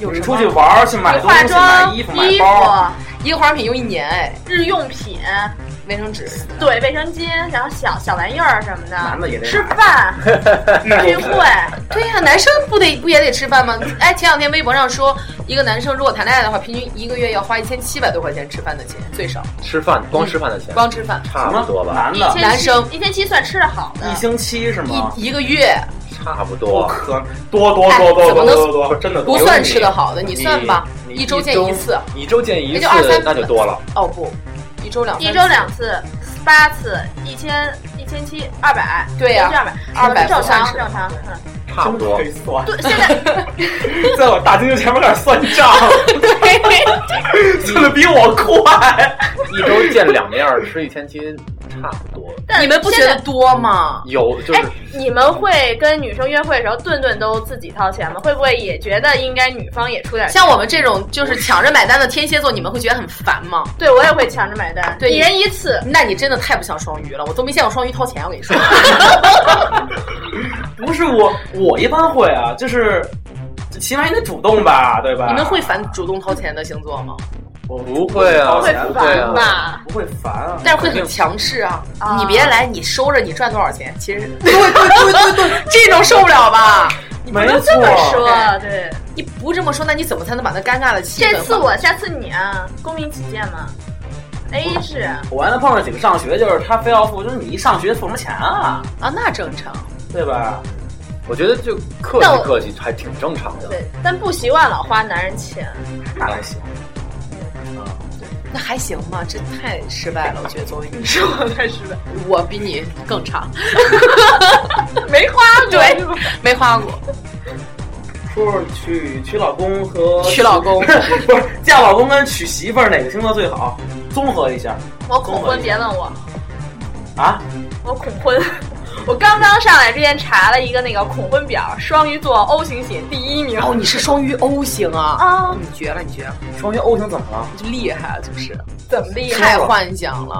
[SPEAKER 4] 有
[SPEAKER 1] 你
[SPEAKER 4] 什么
[SPEAKER 1] 出去玩儿去买东
[SPEAKER 2] 化
[SPEAKER 1] 西、买
[SPEAKER 2] 妆、
[SPEAKER 1] 衣服、买包，
[SPEAKER 4] 一个化妆品用一年，哎，
[SPEAKER 2] 日用品，
[SPEAKER 4] 卫生纸。
[SPEAKER 2] 对，卫生巾，然后小小玩意儿什么的，
[SPEAKER 1] 男的也得
[SPEAKER 2] 吃 饭、聚会，
[SPEAKER 4] 对呀、男生不得不也得吃饭吗？ 哎，前两天微博上说，一个男生如果谈恋爱的话，平均一个月要花一千七百多块钱吃饭的钱，最少
[SPEAKER 5] 吃饭光吃饭的钱，
[SPEAKER 4] 光吃饭
[SPEAKER 5] 差不多吧，
[SPEAKER 1] 男
[SPEAKER 2] 一
[SPEAKER 1] 的
[SPEAKER 2] 千
[SPEAKER 4] 男生
[SPEAKER 2] 七一天七算吃的好的
[SPEAKER 1] 一，星期是吗？
[SPEAKER 4] 一一个月
[SPEAKER 5] 差不
[SPEAKER 1] 不
[SPEAKER 5] 多。
[SPEAKER 1] 可多多
[SPEAKER 4] 哎
[SPEAKER 1] 多多多多多，真的
[SPEAKER 4] 不算吃的好的，你算吧，
[SPEAKER 5] 你
[SPEAKER 4] 一周见一次。
[SPEAKER 5] 一周见一
[SPEAKER 4] 也
[SPEAKER 5] 次
[SPEAKER 4] 就二三次，
[SPEAKER 5] 那就多了。
[SPEAKER 4] 哦不，一周两
[SPEAKER 2] 一周两次，八次，一千一千七，二百，
[SPEAKER 4] 对呀
[SPEAKER 2] 二百，
[SPEAKER 4] 200
[SPEAKER 2] 正
[SPEAKER 4] 不算
[SPEAKER 2] 常
[SPEAKER 4] 是
[SPEAKER 2] 正常，嗯。
[SPEAKER 5] 差不多
[SPEAKER 1] 可。以算。
[SPEAKER 2] 对，现 在
[SPEAKER 1] 在我大厅前面开始算账，算的比我快。
[SPEAKER 5] 一周见两面儿，吃一千七，差不多。
[SPEAKER 2] 但
[SPEAKER 4] 你们不觉
[SPEAKER 2] 现在
[SPEAKER 4] 得多吗？
[SPEAKER 5] 有就是
[SPEAKER 2] 哎，你们会跟女生约会的时候顿顿都自己掏钱吗？会不会也觉得应该女方也出点？
[SPEAKER 4] 像我们这种就是抢着买单的天蝎座，你们会觉得很烦吗？
[SPEAKER 2] 对我也会抢着买单，
[SPEAKER 4] 对
[SPEAKER 2] 一人一次。
[SPEAKER 4] 那你真的太不像双鱼了，我都没见过双鱼掏钱，我跟你说。
[SPEAKER 1] 不是我，我一般会啊，就是起码也得主动吧，对吧？
[SPEAKER 4] 你们会烦主动掏钱的星座吗？
[SPEAKER 1] 我
[SPEAKER 5] 不会啊
[SPEAKER 1] 我
[SPEAKER 5] 会
[SPEAKER 1] 掏钱
[SPEAKER 5] 不
[SPEAKER 1] 不会
[SPEAKER 5] 会
[SPEAKER 1] 啊
[SPEAKER 5] 啊
[SPEAKER 2] 吧？
[SPEAKER 1] 不会烦啊。
[SPEAKER 4] 但是会很强势啊！
[SPEAKER 2] 啊
[SPEAKER 4] 你别来，你收着，你赚多少钱？其实， 对对对对对，这种受不了吧？
[SPEAKER 1] 你没
[SPEAKER 2] 能
[SPEAKER 1] 错
[SPEAKER 2] 这么，说，对。
[SPEAKER 4] 你不这么说，那你怎么才能把那尴尬的气氛？
[SPEAKER 2] 这次我，下次你啊，公平起见嘛。A 是
[SPEAKER 1] 我原来碰上几个上学，就是他非要付，就是你一上学付什么钱啊，
[SPEAKER 4] 啊，那正常。
[SPEAKER 1] 对吧？
[SPEAKER 5] 我觉得就客
[SPEAKER 2] 但
[SPEAKER 5] 气
[SPEAKER 2] 我
[SPEAKER 5] 客气还挺正常的。
[SPEAKER 2] 对，但不习惯老花男人钱。
[SPEAKER 1] 那还行，
[SPEAKER 4] 那还行吗？这太失败了，我觉得作为你，
[SPEAKER 2] 是我太失败，
[SPEAKER 4] 我比你更差，
[SPEAKER 2] 没花过。
[SPEAKER 4] 对，没花过，
[SPEAKER 1] 说说娶娶老公和
[SPEAKER 4] 娶老公
[SPEAKER 1] 不是嫁老公跟娶媳妇儿哪个星座最好？综合一下
[SPEAKER 2] 我恐婚，别问我，
[SPEAKER 1] 啊，
[SPEAKER 2] 我恐婚。 我刚刚上来之前查了一个那个恐婚表，双鱼座 O 型血第一名。
[SPEAKER 4] 哦，你是双鱼 O 型啊？
[SPEAKER 2] 啊
[SPEAKER 4] 你绝了，你绝了，
[SPEAKER 1] 双鱼 O 型怎么了
[SPEAKER 4] 你就厉害，啊就是
[SPEAKER 2] 怎么厉害
[SPEAKER 4] 太？幻想了。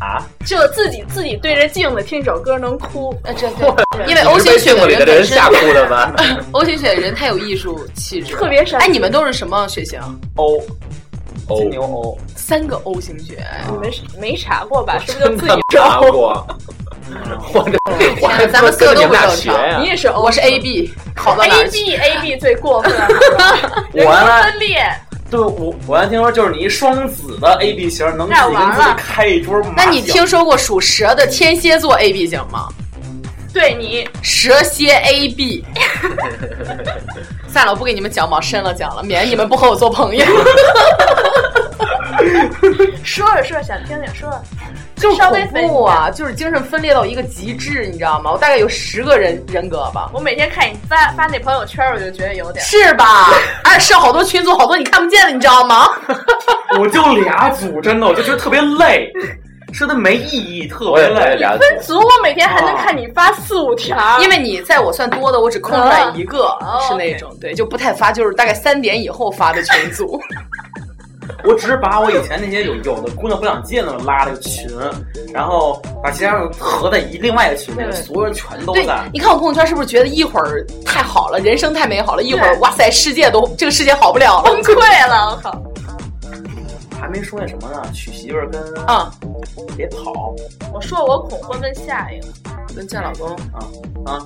[SPEAKER 1] 啊？
[SPEAKER 2] 就自己自己对着镜子听一首歌能哭，
[SPEAKER 4] 那这对，因为 O 型血
[SPEAKER 5] 被镜子里的
[SPEAKER 4] 本
[SPEAKER 5] 人
[SPEAKER 4] 身
[SPEAKER 5] 吓哭的吧？
[SPEAKER 4] ，O 型血的人太有艺术气质了，
[SPEAKER 2] 特别闪
[SPEAKER 4] 哎，你们都是什么血型？啊
[SPEAKER 1] O
[SPEAKER 5] 哦
[SPEAKER 1] 金牛 O，
[SPEAKER 4] 三个 O 型血。
[SPEAKER 2] 你们是没查过吧？是不是就
[SPEAKER 5] 真
[SPEAKER 2] 自
[SPEAKER 5] 的
[SPEAKER 2] 己
[SPEAKER 5] 查过， 我这我这
[SPEAKER 4] 咱们四个
[SPEAKER 5] 跟
[SPEAKER 4] 都
[SPEAKER 5] 你
[SPEAKER 4] 不
[SPEAKER 5] 们俩
[SPEAKER 4] 正
[SPEAKER 5] 学
[SPEAKER 4] 常
[SPEAKER 5] 呀
[SPEAKER 2] 你。也是 O，
[SPEAKER 4] 我是 A B，考到哪
[SPEAKER 2] A
[SPEAKER 4] 儿去？
[SPEAKER 2] B A B 最过分了，
[SPEAKER 1] 我
[SPEAKER 2] 人
[SPEAKER 1] 原
[SPEAKER 2] 格
[SPEAKER 1] 来
[SPEAKER 2] 分裂，
[SPEAKER 1] 对我我原来听说就是你一双子的 A B 型能自己跟自己开一桌麻将，
[SPEAKER 4] 那你听说过属蛇的天蝎座 A B 型吗？
[SPEAKER 2] 对你
[SPEAKER 4] 蛇蝎 A B。算了，我不给你们讲往深了讲了，免得你们不和我做朋友。
[SPEAKER 2] 说着说着想听听，说着
[SPEAKER 4] 就
[SPEAKER 2] 稍微
[SPEAKER 4] 恐怖啊，就是精神分裂到一个极致，你知道吗？我大概有十个人人格吧，
[SPEAKER 2] 我每天看你发发那朋友圈，我就觉得有点。
[SPEAKER 4] 是吧？哎，是好多群组，好多你看不见的，你知道吗？
[SPEAKER 1] 我就俩组，真的我就觉得特别累，说的没意义，特
[SPEAKER 5] 我
[SPEAKER 1] 别
[SPEAKER 5] 也我也
[SPEAKER 1] 累。
[SPEAKER 5] 俩
[SPEAKER 2] 分
[SPEAKER 5] 组，
[SPEAKER 2] 组，我每天还能看你发四五条，
[SPEAKER 4] 因为你在我算多的，我只空出来一个，
[SPEAKER 2] 哦
[SPEAKER 4] 是那种对，就不太发，就是大概三点以后发的群 组。
[SPEAKER 1] 我只是把我以前那些有有的姑娘不想见的拉了个群，然后把其他人合在一另外一个群里，
[SPEAKER 4] 对
[SPEAKER 1] 所有人全都
[SPEAKER 4] 对
[SPEAKER 1] 在，。
[SPEAKER 4] 你看我朋友圈是不是觉得一会儿太好了，人生太美好了，一会儿
[SPEAKER 2] 对
[SPEAKER 4] 哇塞，世界都这个世界好不了
[SPEAKER 2] 崩
[SPEAKER 4] 了。
[SPEAKER 2] 溃了，我靠！
[SPEAKER 1] 还没说那什么呢，娶媳妇儿跟
[SPEAKER 4] 啊，
[SPEAKER 1] 别跑
[SPEAKER 2] 我说我恐婚跟下一个，
[SPEAKER 4] 跟见老公，
[SPEAKER 1] 啊，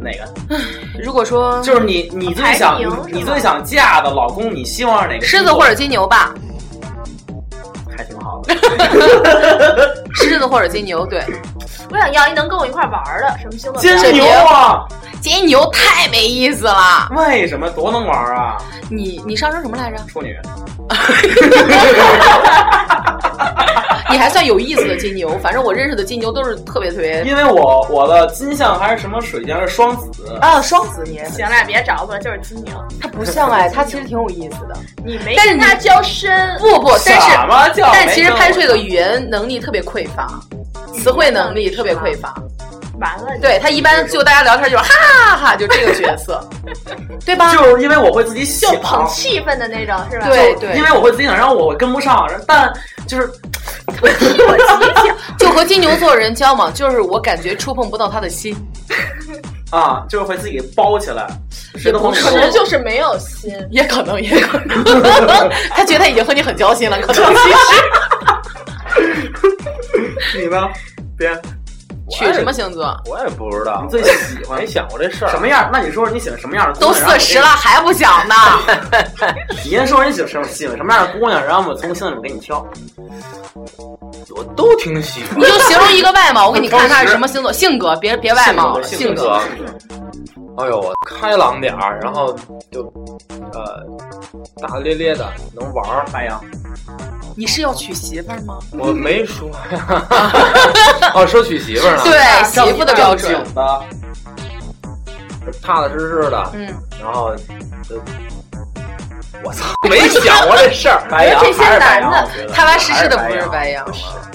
[SPEAKER 1] 哪个？
[SPEAKER 4] 如果说
[SPEAKER 1] 就是你你最想
[SPEAKER 2] 排名是吗
[SPEAKER 1] 你最想嫁的老公，你希望是哪个？
[SPEAKER 4] 狮子或者金牛吧，
[SPEAKER 1] 还挺好 的。
[SPEAKER 4] 狮子或者金牛，对，
[SPEAKER 2] 我想要一能跟我一块玩的，什么星座？
[SPEAKER 1] 金牛啊，
[SPEAKER 4] 金牛太没意思了。
[SPEAKER 1] 为什么多能玩啊？
[SPEAKER 4] 你你上升什么来着？
[SPEAKER 1] 处女，
[SPEAKER 4] 你还算有意思的金牛，反正我认识的金牛都是特别特别
[SPEAKER 1] 因为我我的金象还是什么水象是双子，
[SPEAKER 4] 啊，双子你也
[SPEAKER 2] 行了，别找我，就是金牛。
[SPEAKER 4] 他不像哎，他其实挺有意思的。
[SPEAKER 2] 你没
[SPEAKER 4] 但是
[SPEAKER 2] 跟
[SPEAKER 4] 你
[SPEAKER 2] 他交深，
[SPEAKER 4] 不不，但是
[SPEAKER 1] 什么叫？
[SPEAKER 4] 但其实拍出这个语言能力特别匮乏，词汇能力特别匮乏。
[SPEAKER 2] 完了你。
[SPEAKER 4] 对他一般就大家聊天就是哈哈哈，就这个角 色，对吧？
[SPEAKER 1] 就是因为我会自己
[SPEAKER 2] 就
[SPEAKER 1] 想，
[SPEAKER 2] 捧气氛的那种，是吧？
[SPEAKER 4] 对对，
[SPEAKER 1] 因为我会自己想，然后我会跟不上，但就是
[SPEAKER 2] 我极小，
[SPEAKER 4] 就和金牛座人交往，就是我感觉触碰不到他的心。
[SPEAKER 1] 啊，就是会自己包起来，谁都
[SPEAKER 4] 不
[SPEAKER 1] 甭
[SPEAKER 4] 是
[SPEAKER 2] 可
[SPEAKER 1] 管
[SPEAKER 2] 能就是没有心。
[SPEAKER 4] 也可能，也可能， 他觉得他已经和你很交心了，可能其实
[SPEAKER 1] 你呢？别，
[SPEAKER 4] 取什么星座
[SPEAKER 5] 我也不知道
[SPEAKER 1] 你，最喜欢
[SPEAKER 5] 没想过这事儿。
[SPEAKER 1] 什么样？那你说说你喜欢什么样的姑
[SPEAKER 4] 都
[SPEAKER 1] 娘？然后
[SPEAKER 4] 四
[SPEAKER 1] 我
[SPEAKER 4] 十 了还不想呢，
[SPEAKER 1] 你先说说你喜欢什么喜欢什么样的姑娘，然后我从星里面给你挑。
[SPEAKER 5] 我都挺喜欢
[SPEAKER 4] 你。就形容一个外貌，我给你看他是什么星座，性格，别别外貌，
[SPEAKER 5] 性
[SPEAKER 4] 性
[SPEAKER 5] 格
[SPEAKER 4] 格，
[SPEAKER 5] 哎呦，我开朗点儿，然后就呃大大咧咧的，能玩儿。
[SPEAKER 1] 白羊，
[SPEAKER 4] 你是要娶媳妇儿吗？
[SPEAKER 5] 我没说 呀。哦，说娶媳妇
[SPEAKER 3] 啊
[SPEAKER 5] 儿呢，
[SPEAKER 4] 对，媳妇的标准，
[SPEAKER 1] 正经的，
[SPEAKER 5] 踏踏实实的，
[SPEAKER 4] 嗯，
[SPEAKER 5] 然后就我操，没想过这事儿。
[SPEAKER 1] 白羊
[SPEAKER 2] 这些
[SPEAKER 1] 还是白
[SPEAKER 2] 男的
[SPEAKER 1] 羊？我觉得
[SPEAKER 4] 踏踏实实的不
[SPEAKER 1] 还
[SPEAKER 4] 是
[SPEAKER 1] 是白
[SPEAKER 4] 白羊吗，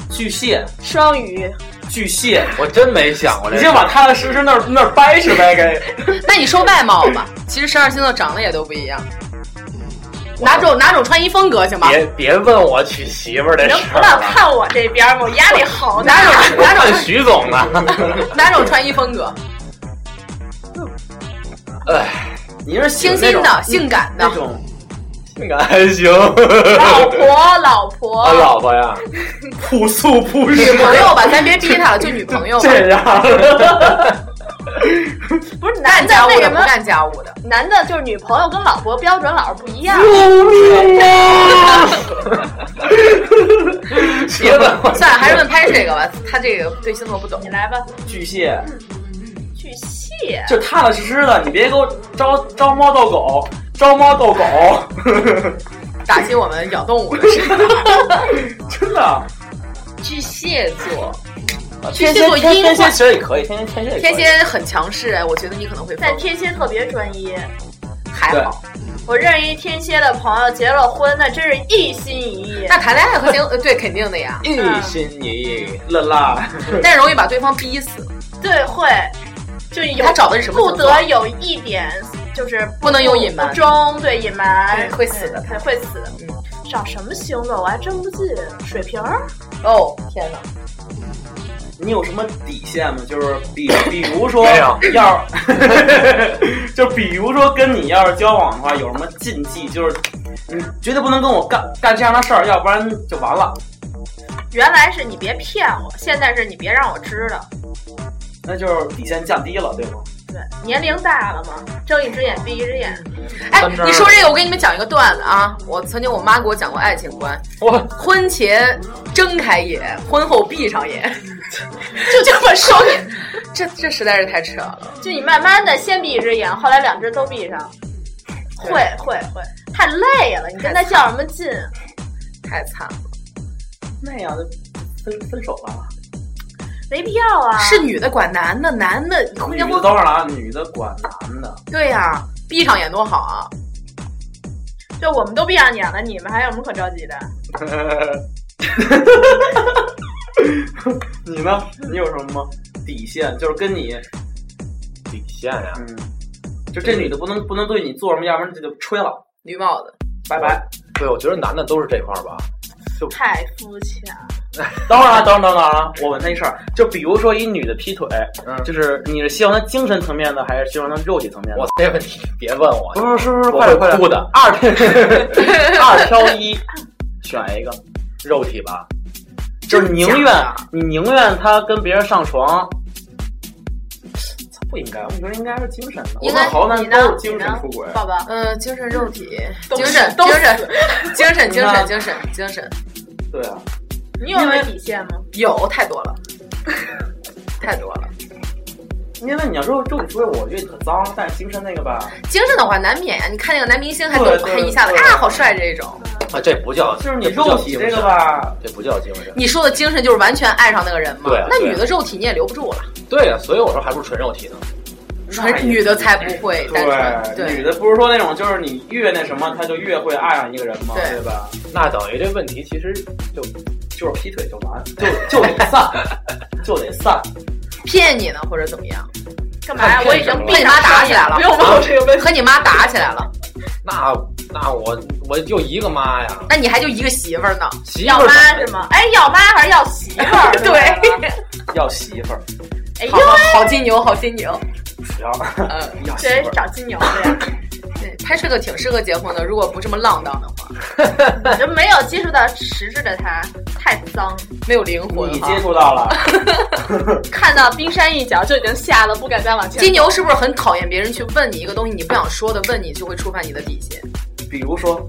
[SPEAKER 1] 巨蟹，
[SPEAKER 2] 双鱼，
[SPEAKER 1] 巨蟹，
[SPEAKER 5] 我真没想过这
[SPEAKER 1] 你
[SPEAKER 5] 事儿
[SPEAKER 1] 先把踏踏实实那儿那儿掰扯掰开。
[SPEAKER 4] 那你说外貌吧， 其实十二星座长得也都不一样，哪种哪种穿衣风格行吗？
[SPEAKER 5] 别别问我娶媳妇儿这
[SPEAKER 2] 能
[SPEAKER 5] 事
[SPEAKER 2] 不
[SPEAKER 5] 儿
[SPEAKER 2] 要
[SPEAKER 5] 了，
[SPEAKER 2] 看我这边吗？我压力好大。
[SPEAKER 4] 哪种哪
[SPEAKER 5] 问
[SPEAKER 4] 种
[SPEAKER 5] 徐总呢？
[SPEAKER 4] 哪种穿衣风格？
[SPEAKER 5] 哎，
[SPEAKER 1] 你是
[SPEAKER 4] 清新的、性感的
[SPEAKER 1] 那， 种
[SPEAKER 5] 性感还行。
[SPEAKER 2] 老婆，老婆，
[SPEAKER 4] 哎
[SPEAKER 5] 我老婆呀，
[SPEAKER 1] 朴素朴
[SPEAKER 4] 女
[SPEAKER 1] 实，
[SPEAKER 4] 朋友吧，咱别逼他了，就女朋 友吧。
[SPEAKER 1] 这样。
[SPEAKER 2] 不是男的
[SPEAKER 4] 干家务
[SPEAKER 2] 为
[SPEAKER 4] 的
[SPEAKER 2] 什
[SPEAKER 4] 不
[SPEAKER 2] 么？
[SPEAKER 4] 干家务的，
[SPEAKER 2] 男的就是女朋友跟老婆标准老是不一样。
[SPEAKER 4] 啊
[SPEAKER 5] 别问我
[SPEAKER 4] 算了，还是问拍这个吧，他这个对星座 不懂
[SPEAKER 2] 你。来吧，
[SPEAKER 1] 巨蟹，
[SPEAKER 2] 巨蟹，
[SPEAKER 1] 就踏踏实实的，你别给我招招猫逗狗，招猫逗狗，
[SPEAKER 4] 打击我们养动物的事。
[SPEAKER 1] 真的。
[SPEAKER 4] 巨蟹座，
[SPEAKER 1] 天
[SPEAKER 4] 蝎座阴
[SPEAKER 1] 天蝎
[SPEAKER 4] 坏
[SPEAKER 1] 其实也可以，天蝎天蝎也可以
[SPEAKER 4] 天蝎很强势，哎，我觉得你可能会疯
[SPEAKER 2] 但天蝎特别专一。
[SPEAKER 4] 还
[SPEAKER 1] 对
[SPEAKER 4] 好。
[SPEAKER 2] 我认识一天蝎的朋友，结了婚，那真是一心一意。
[SPEAKER 4] 那谈恋爱和行，呃对，肯定的呀，
[SPEAKER 5] 一心一意，
[SPEAKER 1] 乐啦，
[SPEAKER 4] 但是容易把对方逼死。
[SPEAKER 2] 对，会就有
[SPEAKER 4] 他找的是什么
[SPEAKER 2] 不
[SPEAKER 4] 星座
[SPEAKER 2] 得有一点就是
[SPEAKER 4] 不能有隐瞒
[SPEAKER 2] 不忠，对隐瞒
[SPEAKER 4] 对会死的嗯
[SPEAKER 2] 对会死的。找什么星座我还真不记得，水瓶儿
[SPEAKER 4] 哦，天哪！
[SPEAKER 1] 你有什么底线吗？就是 比比如说，
[SPEAKER 5] 没有
[SPEAKER 1] 要 是就比如说跟你要是交往的话，有什么禁忌？就是你绝对不能跟我干干这样的事儿，要不然就完了。
[SPEAKER 2] 原来是你别骗我，现在是你别让我知道。
[SPEAKER 1] 那就是底线降低了，对吗？
[SPEAKER 2] 对，年龄大了嘛，睁一只眼闭一只眼。
[SPEAKER 4] 哎，你说这个，我给你们讲一个段子啊。我曾经我妈给我讲过爱情观，
[SPEAKER 5] 我
[SPEAKER 4] 婚前睁开眼，婚后闭上 眼，就这么双眼，这这实在是太扯了。
[SPEAKER 2] 就你慢慢的先闭一只眼，后来两只都闭上。会会会，太累了，你跟他较什么劲？啊
[SPEAKER 4] 太惨了。
[SPEAKER 1] 那样就分分手吧。
[SPEAKER 2] 没必要啊。
[SPEAKER 4] 是女的管男的，男的婚
[SPEAKER 1] 女
[SPEAKER 4] 前
[SPEAKER 1] 的
[SPEAKER 4] 婚
[SPEAKER 1] 等会儿啊，女的管男的，
[SPEAKER 4] 对呀、闭上眼多好啊！
[SPEAKER 2] 就我们都闭上眼了，你们还有什么可着急的？
[SPEAKER 1] 你呢？你有什么吗？底线就是跟你，
[SPEAKER 5] 底线呀，
[SPEAKER 1] 嗯，就这女的不能不能对你做什么，要不然这就吹了，
[SPEAKER 4] 绿帽子，
[SPEAKER 1] 拜拜。
[SPEAKER 5] 对，我觉得男的都是这块儿吧。
[SPEAKER 2] 太肤浅了。
[SPEAKER 1] 当然了，啊当然当然了，我问他一事儿，就比如说一女的劈腿，
[SPEAKER 5] 嗯
[SPEAKER 1] 就是你是希望她精神层面的，还是希望她肉体层面的？
[SPEAKER 5] 我 这问题别问我，
[SPEAKER 1] 不是，是不是
[SPEAKER 5] 我
[SPEAKER 1] 快点
[SPEAKER 5] 会
[SPEAKER 1] 快点
[SPEAKER 5] 哭的。
[SPEAKER 1] 二二 挑一，选一个，
[SPEAKER 5] 肉体吧，
[SPEAKER 1] 就是宁
[SPEAKER 4] 真
[SPEAKER 1] 愿
[SPEAKER 4] 假的
[SPEAKER 1] 你宁愿她跟别人上床。操不应该，我觉得应该是精神的。
[SPEAKER 2] 应
[SPEAKER 1] 我
[SPEAKER 2] 该
[SPEAKER 1] 看好多
[SPEAKER 2] 你
[SPEAKER 1] 男
[SPEAKER 2] 呢
[SPEAKER 1] 都是精神出轨。
[SPEAKER 2] 宝宝，
[SPEAKER 4] 嗯、精神、肉体、
[SPEAKER 2] 都
[SPEAKER 4] 精神、
[SPEAKER 2] 都
[SPEAKER 4] 精神、精神、精
[SPEAKER 1] 那
[SPEAKER 4] 神、精神、精神，
[SPEAKER 1] 对啊，
[SPEAKER 2] 你有什么底线吗？
[SPEAKER 4] 有太多了， 太多了。
[SPEAKER 1] 因为你要说肉体出轨，我觉得你可脏，但是精神那个 吧，
[SPEAKER 4] 精神的话难免呀，你看那个男明星还
[SPEAKER 1] 对
[SPEAKER 4] 动，
[SPEAKER 1] 对
[SPEAKER 4] 还一下子
[SPEAKER 1] 对
[SPEAKER 4] 啊，好帅这种。
[SPEAKER 5] 啊，这不叫，
[SPEAKER 1] 就是你
[SPEAKER 5] 这不叫
[SPEAKER 1] 肉体
[SPEAKER 5] 精
[SPEAKER 1] 这
[SPEAKER 5] 神
[SPEAKER 1] 个，吧，
[SPEAKER 5] 这不叫精神。
[SPEAKER 4] 你说的精神就是完全爱上那个人吗？
[SPEAKER 5] 对啊
[SPEAKER 4] 那
[SPEAKER 5] 对啊
[SPEAKER 4] 女的肉体你也留不住了，
[SPEAKER 5] 对呀，所以我说还不是纯肉体呢。
[SPEAKER 1] 那也
[SPEAKER 4] 女的才不会单纯。
[SPEAKER 1] 对，女的不是说那种就是你越那什么，她就越会爱上一个人嘛，
[SPEAKER 4] 对
[SPEAKER 1] 对吧？
[SPEAKER 5] 那等于这问题 其实
[SPEAKER 1] 就是劈腿就完，就就得散，就得散。
[SPEAKER 4] 骗你呢，或者怎么样，
[SPEAKER 2] 干嘛呀？我已经
[SPEAKER 4] 啊被你妈打起来了
[SPEAKER 2] 不用问我这个问题。
[SPEAKER 4] 和你妈打起来了，
[SPEAKER 5] 那那我我就一个妈呀，
[SPEAKER 4] 那你还就一个媳妇儿呢？
[SPEAKER 5] 媳
[SPEAKER 2] 要
[SPEAKER 5] 妇儿
[SPEAKER 2] 妈是吗？哎，要妈还是要媳妇 儿？是吧
[SPEAKER 4] 对，
[SPEAKER 1] 要媳妇儿，
[SPEAKER 2] 哎
[SPEAKER 4] 好
[SPEAKER 2] 呦，
[SPEAKER 4] 好好金牛，好金牛，
[SPEAKER 1] 要
[SPEAKER 4] 嗯，
[SPEAKER 1] 要媳
[SPEAKER 2] 这
[SPEAKER 1] 妇儿。
[SPEAKER 2] 人找金牛的呀，
[SPEAKER 4] 对，拍摄的挺适合结婚的，如果不这么浪荡的话，
[SPEAKER 2] 我就没有接触到实质的他，太脏。
[SPEAKER 4] 没有灵魂
[SPEAKER 1] 你
[SPEAKER 4] 哈。
[SPEAKER 1] 接触到了，
[SPEAKER 2] 看到冰山一角就已经吓得不敢再往前。
[SPEAKER 4] 金牛是不是很讨厌别人去问你一个东西你不想说的，问你就会触犯你的底线？
[SPEAKER 1] 比如说，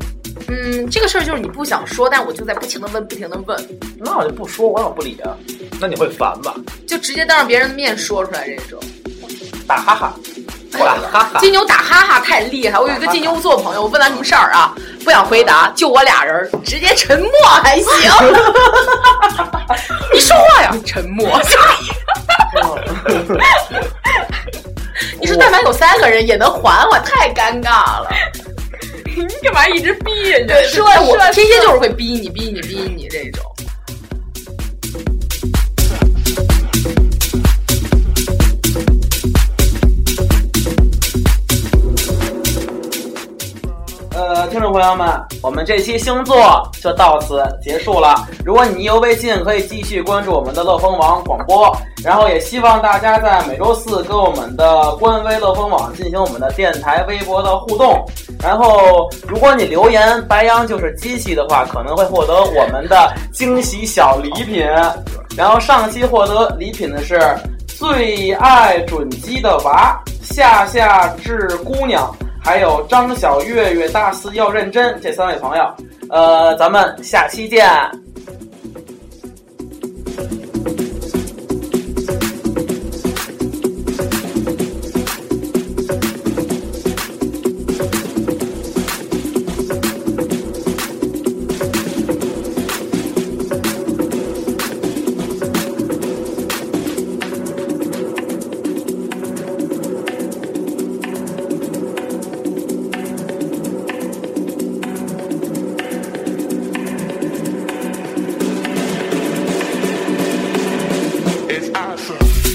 [SPEAKER 4] 嗯，这个事儿就是你不想说，但我就在不停的问，不停的问，
[SPEAKER 1] 那我就不说，我怎么不理啊？
[SPEAKER 5] 那你会烦吧？
[SPEAKER 4] 就直接当着别人的面说出来这种。
[SPEAKER 1] 打哈哈，
[SPEAKER 2] 哎
[SPEAKER 5] 打哈哈，
[SPEAKER 4] 金牛打哈哈太厉害，我有一个金牛座朋友，我问他什么事儿啊，不想回答，就我俩人儿，直接沉默还行。 你说话呀，沉默。 你说但凡有三个人也能还我，太尴尬了。
[SPEAKER 2] 你干嘛一直逼人家？
[SPEAKER 4] 说我天蝎就是会逼你，逼你，逼你这种。
[SPEAKER 1] 呃，听众朋友们，我们这期星座就到此结束了。如果你有微信，可以继续关注我们的乐蜂网广播。然后也希望大家在每周四跟我们的官微乐蜂网进行我们的电台、微博的互动。然后，如果你留言“白羊就是机器”的话，可能会获得我们的惊喜小礼品。然后上期获得礼品的是最爱准基的娃、夏夏至姑娘，还有张小月月大四要认真这三位朋友。呃，咱们下期见。
[SPEAKER 6] It's awesome.